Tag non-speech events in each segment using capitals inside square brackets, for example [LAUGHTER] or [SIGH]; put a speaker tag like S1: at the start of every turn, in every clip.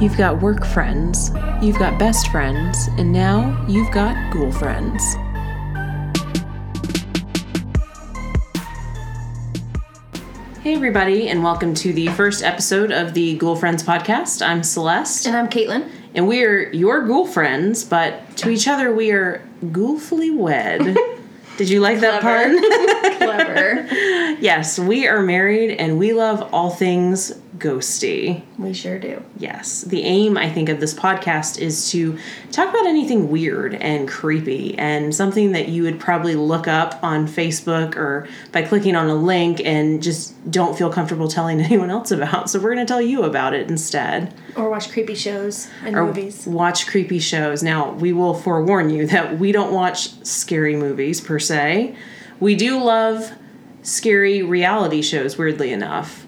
S1: You've got work friends, you've got best friends, and now you've got ghoul friends. Hey, everybody, and welcome to the first episode of the Ghoul Friends podcast. I'm Celeste,
S2: And I'm Caitlin.
S1: and we're your ghoul friends, but to each other, we are ghoulfully wed. Did you like that
S2: Clever.
S1: pun?
S2: Clever.
S1: [LAUGHS] yes, we are married and we love all things ghosty.
S2: we sure do.
S1: Yes. The aim, I think, of this podcast is to talk about anything weird and creepy and something that you would probably look up on Facebook or by clicking on a link and just don't feel comfortable telling [LAUGHS] anyone else about. So we're going to tell you about it instead.
S2: Or watch creepy shows and movies.
S1: Watch creepy shows. Now, we will forewarn you that we don't watch scary movies per se. We do love scary reality shows, weirdly enough.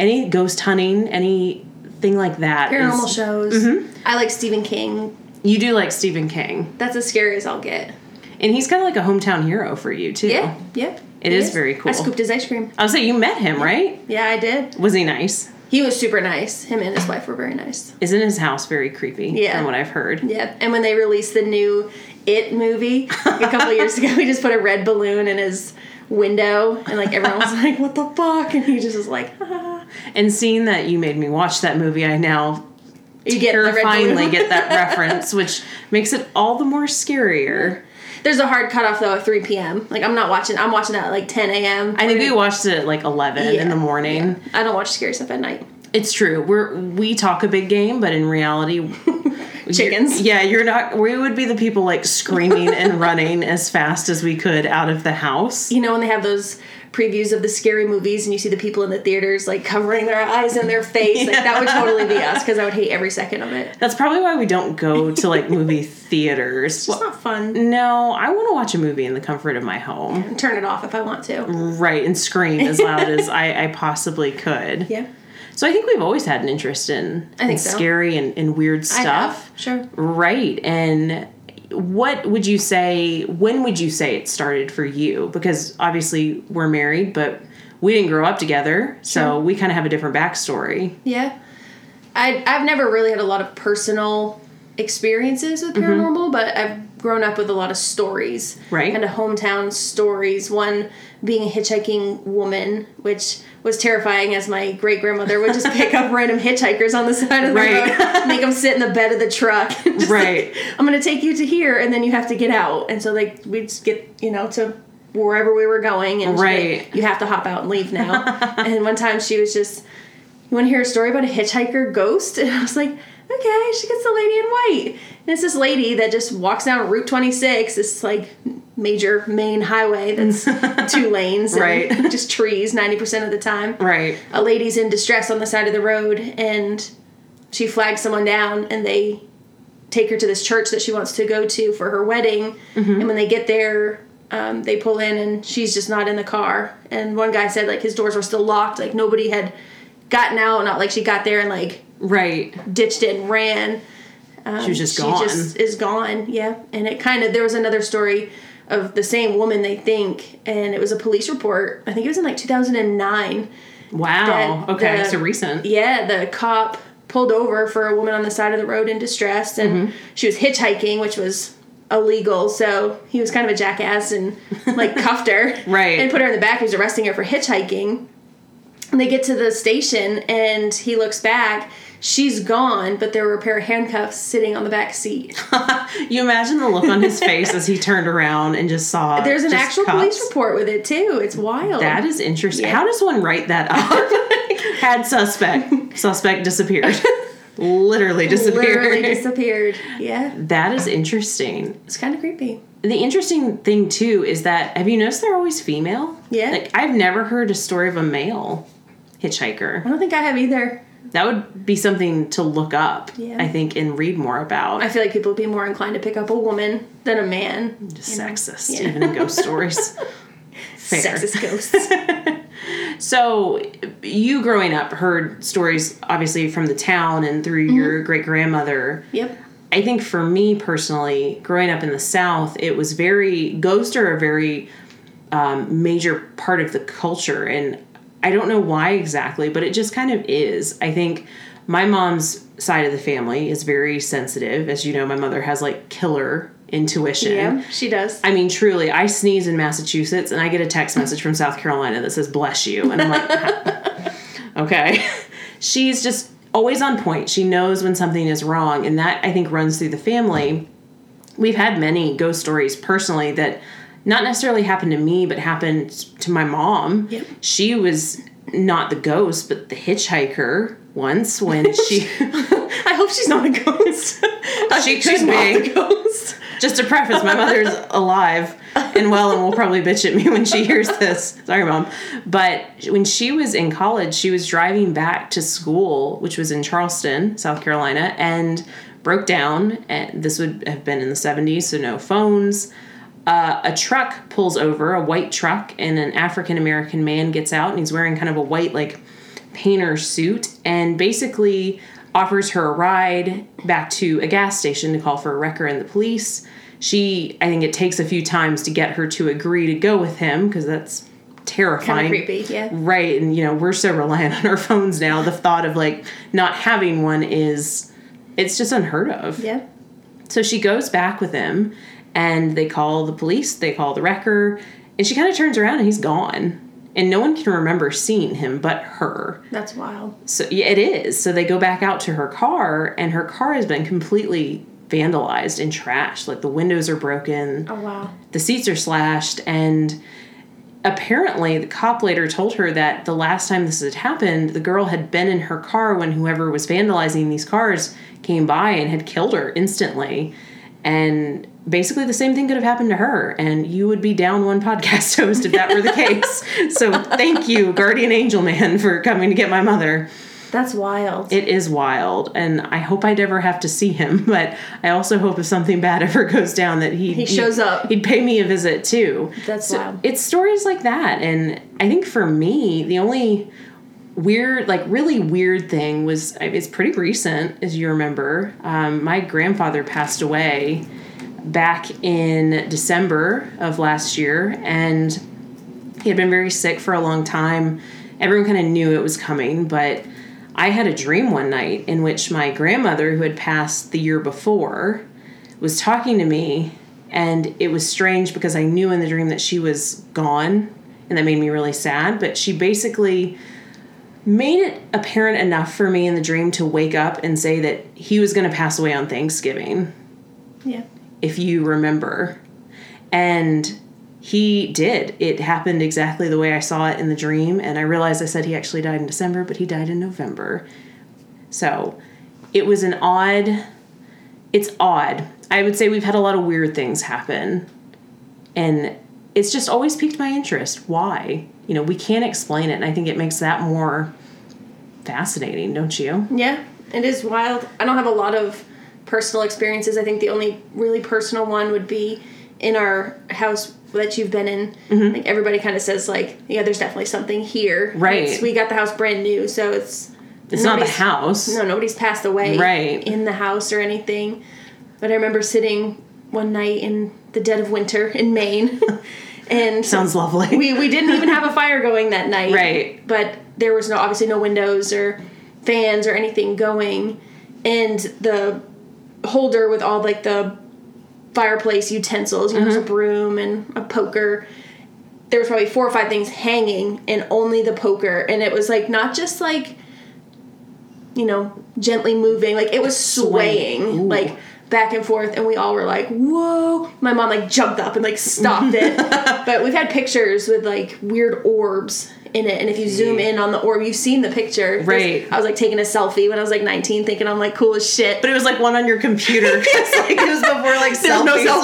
S1: Any ghost hunting, anything like that. is- Mm-hmm.
S2: Paranormal shows. I like Stephen King.
S1: You do like Stephen King,
S2: That's as scary as I'll get.
S1: and he's kind of like a hometown hero for you too.
S2: Yeah. Yeah.
S1: It
S2: he
S1: is very cool.
S2: I scooped his ice cream.
S1: I was say you met him, right?
S2: Yeah, I did.
S1: Was he nice?
S2: He was super nice. Him and his wife were very nice.
S1: Isn't his house very creepy?
S2: Yeah.
S1: from what I've heard.
S2: Yeah. And when they released the new It movie a couple
S1: [LAUGHS]
S2: years ago, we just put a red balloon in his window and like everyone was like, What the fuck? And he just was like, "Ah."
S1: And seeing that you made me watch that movie, I now
S2: You get the red
S1: terrifyingly
S2: balloon.
S1: get
S2: [LAUGHS]
S1: that reference, which makes it all the more scarier.
S2: There's a hard cutoff though at 3 p.m. Like I'm not watching. I'm watching that at like 10 a.m.
S1: I think we watched it at like eleven in
S2: Yeah.
S1: the morning.
S2: I don't watch scary stuff at night.
S1: It's true. We're we talk a big game, but in reality,
S2: Chickens.
S1: yeah, you're not. We would be the people like screaming and running as fast as we could out of the house.
S2: You know when they have those previews of the scary movies and you see the people in the theaters like covering their eyes and their face. Like that would totally be us because I would hate every second of it.
S1: That's probably why we don't go to like
S2: [LAUGHS]
S1: movie theaters.
S2: It's not fun.
S1: No, I want to watch a movie in the comfort of my home.
S2: Turn it off if I want to.
S1: Right, and scream as loud as I, I possibly could.
S2: [LAUGHS] Yeah.
S1: So I think we've always had an interest in,
S2: I think
S1: in
S2: so.
S1: scary and, and weird
S2: I have.
S1: stuff.
S2: Sure.
S1: Right. And what would you say, when would you say it started for you? Because obviously we're married, but we didn't grow up together, so we kind of have a different backstory.
S2: Yeah. I I've never really had a lot of personal experiences
S1: Mm-hmm.
S2: with paranormal, but I've grown up with a lot of stories.
S1: Right.
S2: And a hometown stories. One being a hitchhiking woman, which was terrifying as my great grandmother would just pick
S1: [LAUGHS]
S2: up random hitchhikers on the side of the
S1: Right.
S2: road, make them sit in the bed of the truck. [LAUGHS] and just
S1: Right.
S2: like, I'm gonna take you to here and then you have to get out. And so like we'd just get, you know, to wherever we were going and she'd be like,
S1: Right.
S2: you have to hop out and
S1: [LAUGHS]
S2: leave now. and one time she was just you want to hear a story about a hitchhiker ghost? [LAUGHS] And I was like, okay, she gets the lady in white. And it's this lady that just walks down Route 26, this like major main
S1: [LAUGHS]
S2: highway that's two lanes, and
S1: Right.
S2: [LAUGHS] Just trees 90% of the time.
S1: Right.
S2: A lady's in distress on the side of the road, and she flags someone down, and they take her to this church that she wants to go to for her wedding.
S1: Mm-hmm.
S2: And when they get there, um, they pull in, and she's just not in the car. And one guy said like his doors were still locked, like nobody had gotten out, not like she got there and like
S1: Right.
S2: ditched it and ran. Um,
S1: She was just gone.
S2: She just is gone. Yeah, and it kind of there was another story of the same woman they think, and it was a police report. I think it was in like 2009.
S1: Wow.
S2: that
S1: okay,
S2: the-
S1: so recent.
S2: Yeah, the cop pulled over for a woman on the side of the road in distress, and
S1: Mm-hmm.
S2: she was hitchhiking, which was illegal. So he was kind of a jackass and
S1: [LAUGHS]
S2: like cuffed her,
S1: Right.
S2: and put her in the back. He was arresting her for hitchhiking. And they get to the station, and he looks back. She's gone, but there were a pair of handcuffs sitting on the back seat.
S1: [LAUGHS] You imagine the look on his face as he turned around and just saw.
S2: There's an
S1: Uh, just
S2: actual
S1: cops.
S2: police report with it too. It's wild.
S1: That is interesting.
S2: Yeah.
S1: How does one write that up?
S2: [LAUGHS]
S1: Had suspect. Suspect disappeared. Literally disappeared.
S2: literally disappeared. Yeah,
S1: that is interesting.
S2: it's kind of creepy.
S1: The interesting thing too is that have you noticed they're always female?
S2: Yeah.
S1: Like I've never heard a story of a male hitchhiker.
S2: I don't think I have either.
S1: That would be something to look up,
S2: Yeah.
S1: I think, and read more about.
S2: I feel like people would be more inclined to pick up a woman than a man.
S1: Just sexist,
S2: Yeah.
S1: even in ghost
S2: [LAUGHS]
S1: stories. Fair.
S2: Sexist ghosts.
S1: So, you growing up heard stories obviously from the town and through your great grandmother.
S2: yep.
S1: I think for me personally, growing up in the South, it was very ghosts are a very um, major part of the culture, and I don't know why exactly, but it just kind of is. I think my mom's side of the family is very sensitive. As you know, my mother has like killer intuition.
S2: Yeah, she does.
S1: I mean, truly, I sneeze in Massachusetts and I get a text message from South Carolina that says, bless you. And I'm like, okay. [LAUGHS] She's just always on point. She knows when something is wrong. And that, I think, runs through the family. We've had many ghost stories personally that not necessarily happened to me, but happened to my mom.
S2: Yep.
S1: She was not the ghost, but the hitchhiker once when she.
S2: I hope she's not a [LAUGHS] ghost. I
S1: She
S2: think
S1: could
S2: she's not
S1: be.
S2: the ghost.
S1: Just to preface, my mother's alive and well, and will probably bitch at me when she hears this. Sorry, mom. But when she was in college, she was driving back to school, which was in Charleston, South Carolina, and broke down. And this would have been in the 70s, so no phones. Uh, a truck pulls over, a white truck, and an African American man gets out, and he's wearing kind of a white, like, painter suit and basically offers her a ride back to a gas station to call for a wrecker and the police. She, I think it takes a few times to get her to agree to go with him because that's
S2: Kind
S1: terrifying.
S2: of creepy, yeah.
S1: Right, and you know, we're so reliant on our phones now. The thought of like not having one is it's just unheard of.
S2: Yeah.
S1: So she goes back with him and they call the police, they call the wrecker, and she kind of turns around and he's gone. And no one can remember seeing him but her.
S2: That's wild.
S1: So yeah, it is. So they go back out to her car, and her car has been completely vandalized and trashed. Like the windows are broken,
S2: Oh wow.
S1: the seats are slashed, and apparently the cop later told her that the last time this had happened, the girl had been in her car when whoever was vandalizing these cars came by and had killed her instantly. And basically the same thing could have happened to her, and you would be down one [LAUGHS] podcast host if that were the case. So thank you, Guardian Angel Man, for coming to get my mother.
S2: That's wild.
S1: It is wild, and I hope I'd ever have to see him. [LAUGHS] But I also hope if something bad ever goes down, that he
S2: He shows up.
S1: He'd pay me a visit too.
S2: That's wild.
S1: It's stories like that, and I think for me, the only weird, like really weird thing was it's pretty recent, as you remember. Um, my grandfather passed away back in December of last year, and he had been very sick for a long time. Everyone kind of knew it was coming, but I had a dream one night in which my grandmother, who had passed the year before, was talking to me, and it was strange because I knew in the dream that she was gone, and that made me really sad. But she basically made it apparent enough for me in the dream to wake up and say that he was going to pass away on Thanksgiving
S2: yeah.
S1: if you remember. And he did. It happened exactly the way I saw it in the dream. And I realized I said he actually died in December, but he died in November. So it was an odd, it's odd. I would say we've had a lot of weird things happen. And it's just always piqued my interest. Why? You know, we can't explain it. And I think it makes that more fascinating, don't you?
S2: Yeah, it is wild. I don't have a lot of personal experiences. I think the only really personal one would be in our house that you've been in. Like everybody kind of says, like, yeah, there's definitely something here.
S1: Right.
S2: It's- we got the house brand new, so it's
S1: It's not the
S2: nobody's-
S1: house.
S2: No, nobody's passed away.
S1: Right.
S2: In the house or anything. But I remember sitting one night in the dead of winter
S1: [LAUGHS]
S2: in Maine, and
S1: Sounds lovely.
S2: [LAUGHS] we, we didn't even have a fire going that night.
S1: Right.
S2: But there was no obviously no windows or fans or anything going. And the holder with all like the fireplace utensils, you know,
S1: Mm-hmm.
S2: there's a broom and a poker. There was probably four or five things hanging and only the poker. And it was like not just like you know, gently moving, like it was
S1: Swaying.
S2: swaying,
S1: Ooh.
S2: like back and forth, and we all were like, "Whoa!" My mom like jumped up and like stopped
S1: [LAUGHS]
S2: it. but we've had pictures with like weird orbs in it, and if you zoom in on the orb, you've seen the picture. There's-
S1: Right.
S2: I was like taking a selfie when I was like 19, thinking I'm like cool as shit.
S1: But it was like one on your
S2: [LAUGHS]
S1: computer. It's like it was before like
S2: There's
S1: selfies.
S2: no cell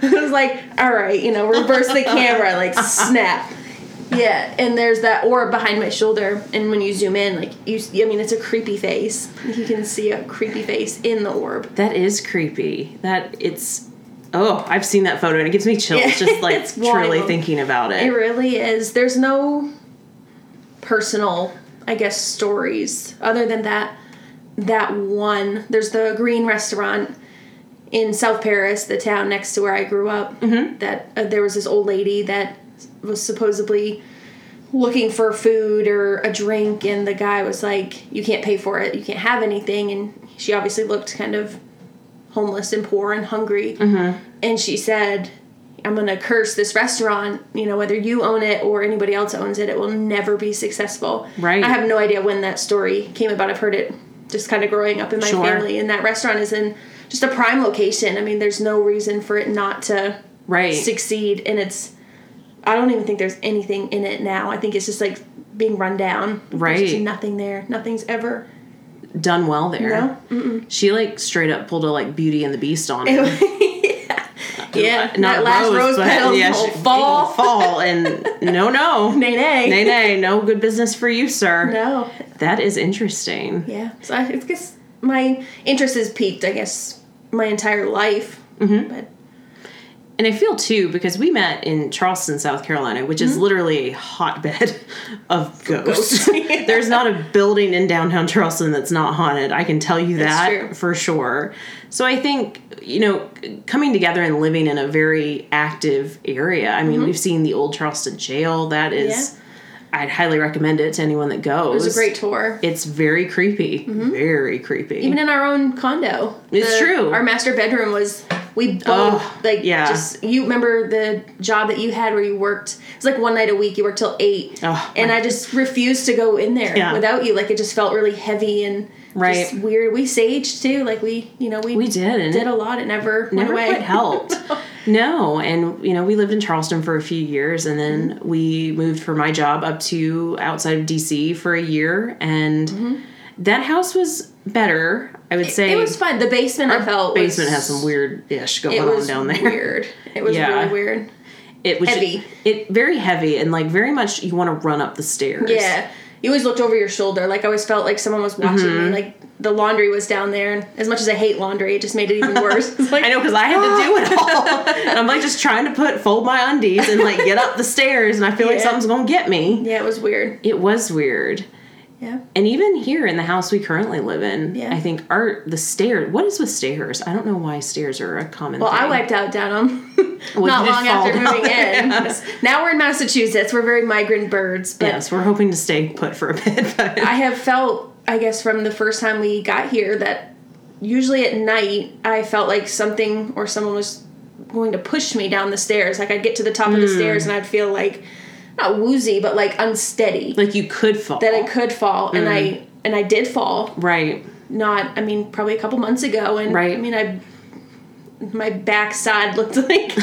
S2: phone. [LAUGHS] it was like, all right, you know, reverse the camera, like snap. Yeah, and there's that orb behind my shoulder, and when you zoom in, like you, s- I mean, it's a creepy face. You can see a creepy face in the orb.
S1: That is creepy. That it's oh, I've seen that photo and it gives me chills
S2: Yeah,
S1: just like
S2: [LAUGHS] it's
S1: truly
S2: wild.
S1: thinking about
S2: It
S1: it.
S2: really is. There's no personal, I guess, stories other than that. That one. There's the Green Restaurant in South Paris, the town next to where I grew up. That uh, there was this old lady that was supposedly looking for food or a drink and the guy was like you can't pay for it you can't have anything and she obviously looked kind of homeless and poor and hungry
S1: Mm-hmm.
S2: and she said i'm going to curse this restaurant you know whether you own it or anybody else owns it it will never be successful
S1: Right.
S2: i have no idea when that story came about i've heard it just kind of growing up in my
S1: Sure.
S2: family and that restaurant is in just a prime location i mean there's no reason for it not to
S1: Right.
S2: succeed and it's i don't even think there's anything in it now i think it's just like being run down There's
S1: Right.
S2: just nothing there nothing's ever [LAUGHS]
S1: Done well
S2: no
S1: there. She like straight up pulled a like Beauty and the Beast on it.
S2: yeah, yeah.
S1: Not
S2: that last rose,
S1: but-
S2: petal
S1: yeah,
S2: will
S1: she-
S2: fall
S1: it'll fall, and no, no, nay,
S2: [LAUGHS] nay nay
S1: nay, no good business for you, sir.
S2: no
S1: That is interesting.
S2: yeah so i I guess my interest is peaked i guess my entire life
S1: Mm-hmm.
S2: but
S1: And I feel too because we met in Charleston, South Carolina, which
S2: Mm-hmm.
S1: is literally a hotbed [LAUGHS] of ghosts.
S2: ghosts, yeah.
S1: [LAUGHS] There's not a building in downtown Charleston that's not haunted. I can tell you that
S2: true.
S1: for sure. So I think, you know, c- coming together and living in a very active area. I
S2: Mm-hmm.
S1: mean, we've seen the old Charleston jail. That is, I'd highly recommend it to anyone that goes.
S2: it was a great tour
S1: It's very creepy. Very creepy.
S2: even in our own condo.
S1: It's
S2: The-
S1: true.
S2: Our master bedroom was we both
S1: Oh,
S2: like
S1: yeah.
S2: just you remember the job that you had where you worked it was like one night a week you worked till eight
S1: Oh,
S2: and
S1: my-
S2: I just refused to go in there
S1: Yeah.
S2: without you like it just felt really heavy and
S1: Right.
S2: just weird we saged too like we you know we,
S1: we did. And
S2: did a lot it never,
S1: never
S2: went away
S1: quite
S2: [LAUGHS]
S1: helped. no, and you know we lived in Charleston for a few years, and then
S2: Mm-hmm.
S1: we moved for my job up to outside of DC for a year, and that house was better. I would say
S2: Mm-hmm. it was fun the basement I felt was-
S1: basement has some weird ish going
S2: it
S1: on
S2: was
S1: down there.
S2: weird it was
S1: [LAUGHS] Yeah.
S2: really weird
S1: It was
S2: Heavy.
S1: It very heavy and like very much you want to run up the stairs.
S2: Yeah. You always looked over your shoulder. Like I always felt like someone was watching
S1: Mm-hmm.
S2: me. Like the laundry was down there, and as much as I hate laundry, it just made it even worse. It's [LAUGHS]
S1: [LAUGHS]
S2: like,
S1: I know because I had to do it
S2: [LAUGHS]
S1: all, and I'm like just trying to put fold my undies and like get up the stairs, and I feel like
S2: Yeah.
S1: something's gonna get me.
S2: Yeah, it was weird.
S1: It was weird.
S2: Yeah.
S1: and even here in the house we currently live in,
S2: Yeah.
S1: I think our the stairs. What is with stairs? I don't know why stairs are a common.
S2: Well,
S1: thing.
S2: I wiped out down [LAUGHS] them not
S1: you did
S2: long
S1: fall
S2: after
S1: down
S2: moving
S1: there, [LAUGHS]
S2: in.
S1: yes.
S2: Now we're in Massachusetts. We're very migrant birds, but
S1: Yes, we're hoping to stay put for a bit, [LAUGHS] but
S2: I have felt, I guess, from the first time we got here that usually at night I felt like something or someone was going to push me down the stairs. Like I'd get to the top of
S1: Hmm.
S2: the stairs and I'd feel like not woozy, but like unsteady.
S1: like you could fall. Mm.
S2: that I could fall, and I and I did fall.
S1: right,
S2: Not, I mean, probably a couple months ago, and
S1: Right.
S2: I mean, I my backside looked [LAUGHS] like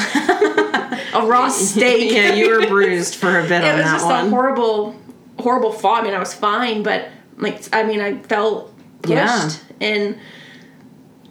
S2: a raw
S1: [LAUGHS]
S2: steak.
S1: yeah, you were bruised for a bit
S2: [LAUGHS] it
S1: on
S2: was
S1: that
S2: just
S1: one.
S2: a horrible, horrible fall. I mean, I was fine, but like, I mean, I felt pushed,
S1: Yeah.
S2: and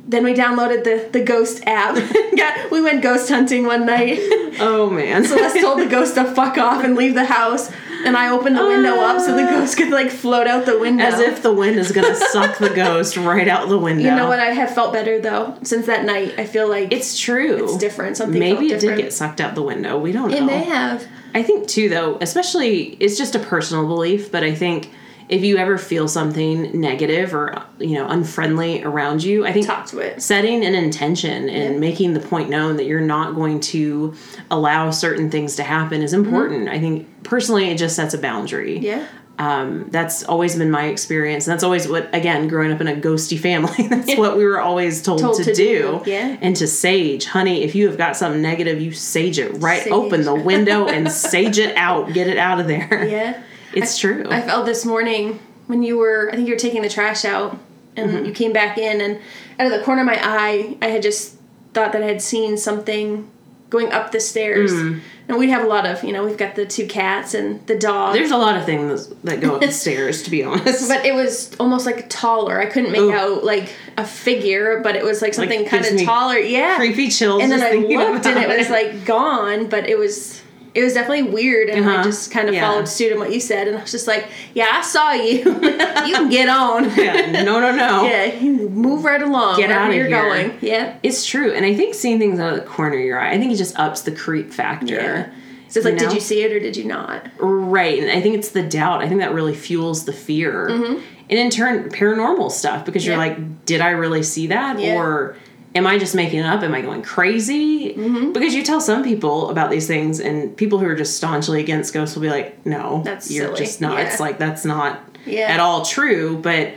S2: then we downloaded the the ghost app. [LAUGHS] Got, we went ghost hunting one night. [LAUGHS]
S1: oh man, [LAUGHS]
S2: Celeste told the ghost to fuck off and leave the house. And I opened the window up so the ghost could like float out the window.
S1: Ah. as if the wind is gonna suck the ghost right out the window.
S2: You know what? I have felt better though since that night. I feel like
S1: It's true.
S2: it's different. Something
S1: Maybe
S2: felt
S1: it did
S2: different.
S1: get sucked out the window. We don't know.
S2: It may have.
S1: I think too though, especially it's just a personal belief, but I think if you ever feel something negative or you know unfriendly around you, I think
S2: Talk to it.
S1: setting an intention and
S2: Yeah.
S1: making the point known that you're not going to allow certain things to happen is important. I think personally it just sets a boundary.
S2: Mm-hmm. Yeah.
S1: Um, that's always been my experience. And that's always what, again, growing up in a ghosty family, [LAUGHS] that's what we were always told,
S2: Told
S1: to,
S2: to
S1: do.
S2: do, yeah.
S1: And to sage, honey, if you have got something negative, you sage it right
S2: Sage.
S1: open the
S2: [LAUGHS]
S1: window and sage it out. Get it out of there.
S2: Yeah.
S1: [LAUGHS] It's true.
S2: I felt this morning when you were. I think you were taking the trash out, and
S1: Mm-hmm.
S2: you came back in, and out of the corner of my eye, I had just thought that I had seen something going up the stairs.
S1: Mm.
S2: And we have a lot of, you know, we've got the two cats and the dog.
S1: There's a lot of things that
S2: [LAUGHS]
S1: go upstairs, to be honest.
S2: But it was almost like taller. I couldn't make
S1: Ooh.
S2: out like a figure, but it was like something kind
S1: gives
S2: of
S1: me
S2: taller.
S1: [LAUGHS]
S2: Yeah.
S1: Creepy chills.
S2: and then
S1: just
S2: I
S1: thinking
S2: looked and
S1: about
S2: it was like gone, but it was it was definitely weird and
S1: Uh-huh.
S2: I just kind of
S1: Yeah.
S2: followed suit on what you said and I was just like, Yeah, I saw you. [LAUGHS] you can
S1: [LAUGHS]
S2: get on.
S1: [LAUGHS] Yeah, no, no, no.
S2: [LAUGHS] Yeah, you move right along.
S1: Get
S2: wherever
S1: outta
S2: you're
S1: here.
S2: going. Yeah.
S1: It's true. And I think seeing things out of the corner of your eye, I think it just ups the creep factor.
S2: Yeah. So it's like,
S1: know?
S2: did you see it or did you not?
S1: Right. And I think it's the doubt. I think that really fuels the fear. And in turn, paranormal stuff because you're
S2: Mm-hmm. Yeah.
S1: like, did I really see that?
S2: Yeah.
S1: Or am I just making it up? Am I going crazy?
S2: Mm-hmm.
S1: Because you tell some people about these things, and people who are just staunchly against ghosts will be like, no,
S2: That's
S1: you're
S2: silly.
S1: just not. It's
S2: Yeah.
S1: like, that's not
S2: Yeah.
S1: at all true. But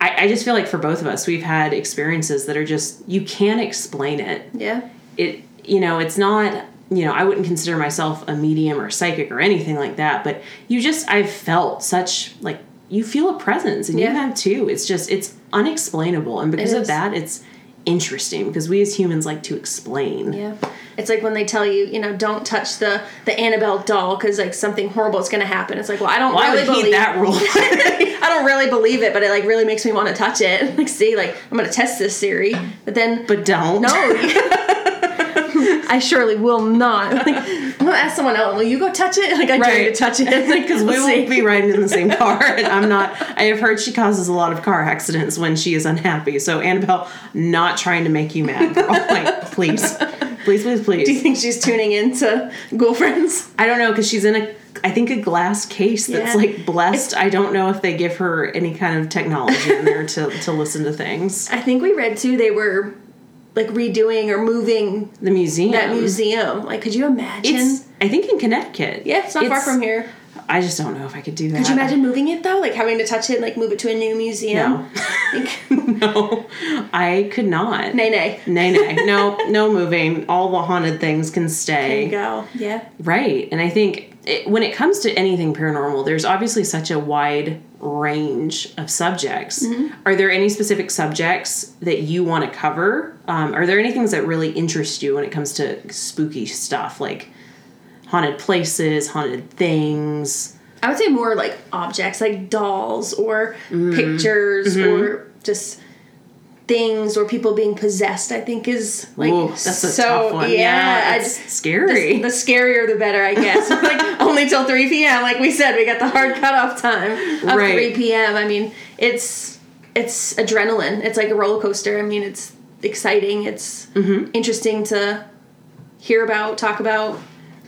S1: I, I just feel like for both of us, we've had experiences that are just, you can't explain it
S2: Yeah.
S1: it you know it's not you know i wouldn't consider myself a medium or psychic or anything like that but you just i've felt such like you feel a presence and
S2: Yeah.
S1: you have too it's just it's unexplainable and because of
S2: is.
S1: that it's interesting because we as humans like to explain
S2: Yeah. It's like when they tell you, you know, don't touch the the Annabelle doll because like something horrible is going to happen. It's like, well, I don't
S1: why
S2: really
S1: would he
S2: believe
S1: that
S2: [LAUGHS]
S1: rule
S2: I don't really believe it, but it like really makes me want to touch it. [LAUGHS] Like, see, like I'm going to test this theory, but then
S1: but don't
S2: no, [LAUGHS] I surely will not. [LAUGHS] Like, I'm going to ask someone else. Will you go touch it? [LAUGHS] Like, I dare you
S1: Right.
S2: to touch it [LAUGHS]
S1: because we
S2: We'll
S1: won't be riding in the same car [LAUGHS] and i'm not i have heard she causes a lot of car accidents when she is unhappy so annabelle not trying to make you mad girl [LAUGHS] like please please please please
S2: Do you think she's tuning in to girlfriends?
S1: I don't know because she's in a I think a glass case that's
S2: Yeah.
S1: like blessed. I don't know if they give her any kind of technology in there to to listen to things.
S2: I think we read too. They were like redoing or moving
S1: The museum.
S2: that museum. Like, could you imagine?
S1: It's I think in Connecticut.
S2: yeah, it's not far from here.
S1: I just don't know if I could do that.
S2: Could you imagine moving it though? Like having to touch it, and, like move it to a new museum.
S1: No.
S2: Like, [LAUGHS]
S1: [LAUGHS] No, I could not.
S2: nay, nay.
S1: Nay, nay. No, no moving. All the haunted things can
S2: There
S1: stay.
S2: you go. Yeah.
S1: Right. And I think it, when it comes to anything paranormal, there's obviously such a wide range of subjects.
S2: Mm-hmm.
S1: Are there any specific subjects that you want to cover? Um, are there any things that really interest you when it comes to spooky stuff like haunted places, haunted things?
S2: I would say more like objects, like dolls or
S1: Mm-hmm.
S2: pictures or just things or people being possessed. I think is like
S1: Ooh, that's a
S2: so.
S1: tough one.
S2: Yeah, I
S1: it's
S2: just-
S1: scary.
S2: The scarier the better,
S1: [LAUGHS]
S2: I guess. like only till three p.m. Like we said, we got the hard cutoff time of
S1: Right.
S2: three p.m. I mean, it's it's adrenaline. It's like a roller coaster. I mean, it's exciting. It's
S1: Mm-hmm.
S2: interesting to hear about, talk about,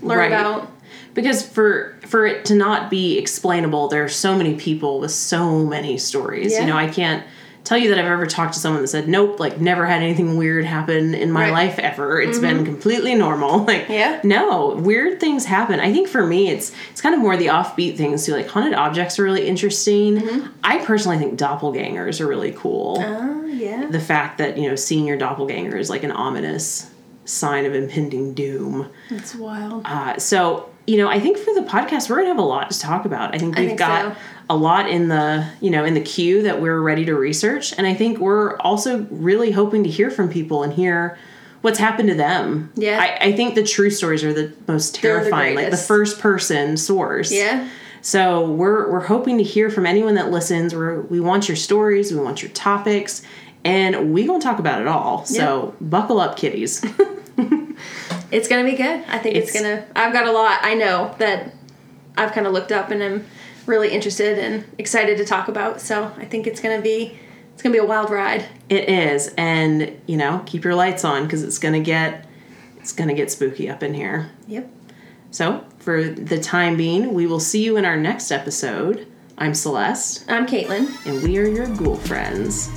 S2: learn
S1: Right.
S2: about.
S1: because for for it to not be explainable there are so many people with so many stories
S2: Yeah.
S1: you know i can't tell you that i've ever talked to someone that said nope like never had anything weird happen in my
S2: Right. Mm-hmm.
S1: life ever It's been completely normal [LAUGHS] like
S2: Yeah.
S1: no weird things happen i think for me it's it's kind of more the offbeat things too like haunted objects are really interesting
S2: Mm-hmm.
S1: i personally think doppelgangers are really cool
S2: Oh yeah.
S1: the fact that you know seeing your doppelganger is like an ominous sign of impending doom
S2: It's wild.
S1: uh, so, you know, I think for the podcast, we're gonna have a lot to talk about. I think
S2: I
S1: we've
S2: think
S1: got
S2: so.
S1: a lot in the you know in the queue that we're ready to research, and I think we're also really hoping to hear from people and hear what's happened to them.
S2: Yeah.
S1: I, I think the true stories are the most
S2: They're the
S1: terrifying, like the
S2: greatest.
S1: first person source.
S2: Yeah.
S1: So we're we're hoping to hear from anyone that listens. We're, we want your stories, we want your topics, and we gonna talk about it all. So buckle up, kiddies.
S2: It's gonna be good. I think it's,
S1: It's-
S2: gonna. I've got a lot. I know that I've kind of looked up and I'm really interested and excited to talk about. So I think it's gonna be. It's gonna be a wild ride.
S1: It is, and you know, keep your lights on because it's gonna get it's gonna get spooky up in here.
S2: Yep.
S1: So for the time being, we will see you in our next episode. I'm Celeste,
S2: I'm Caitlin.
S1: and we are your ghoul friends.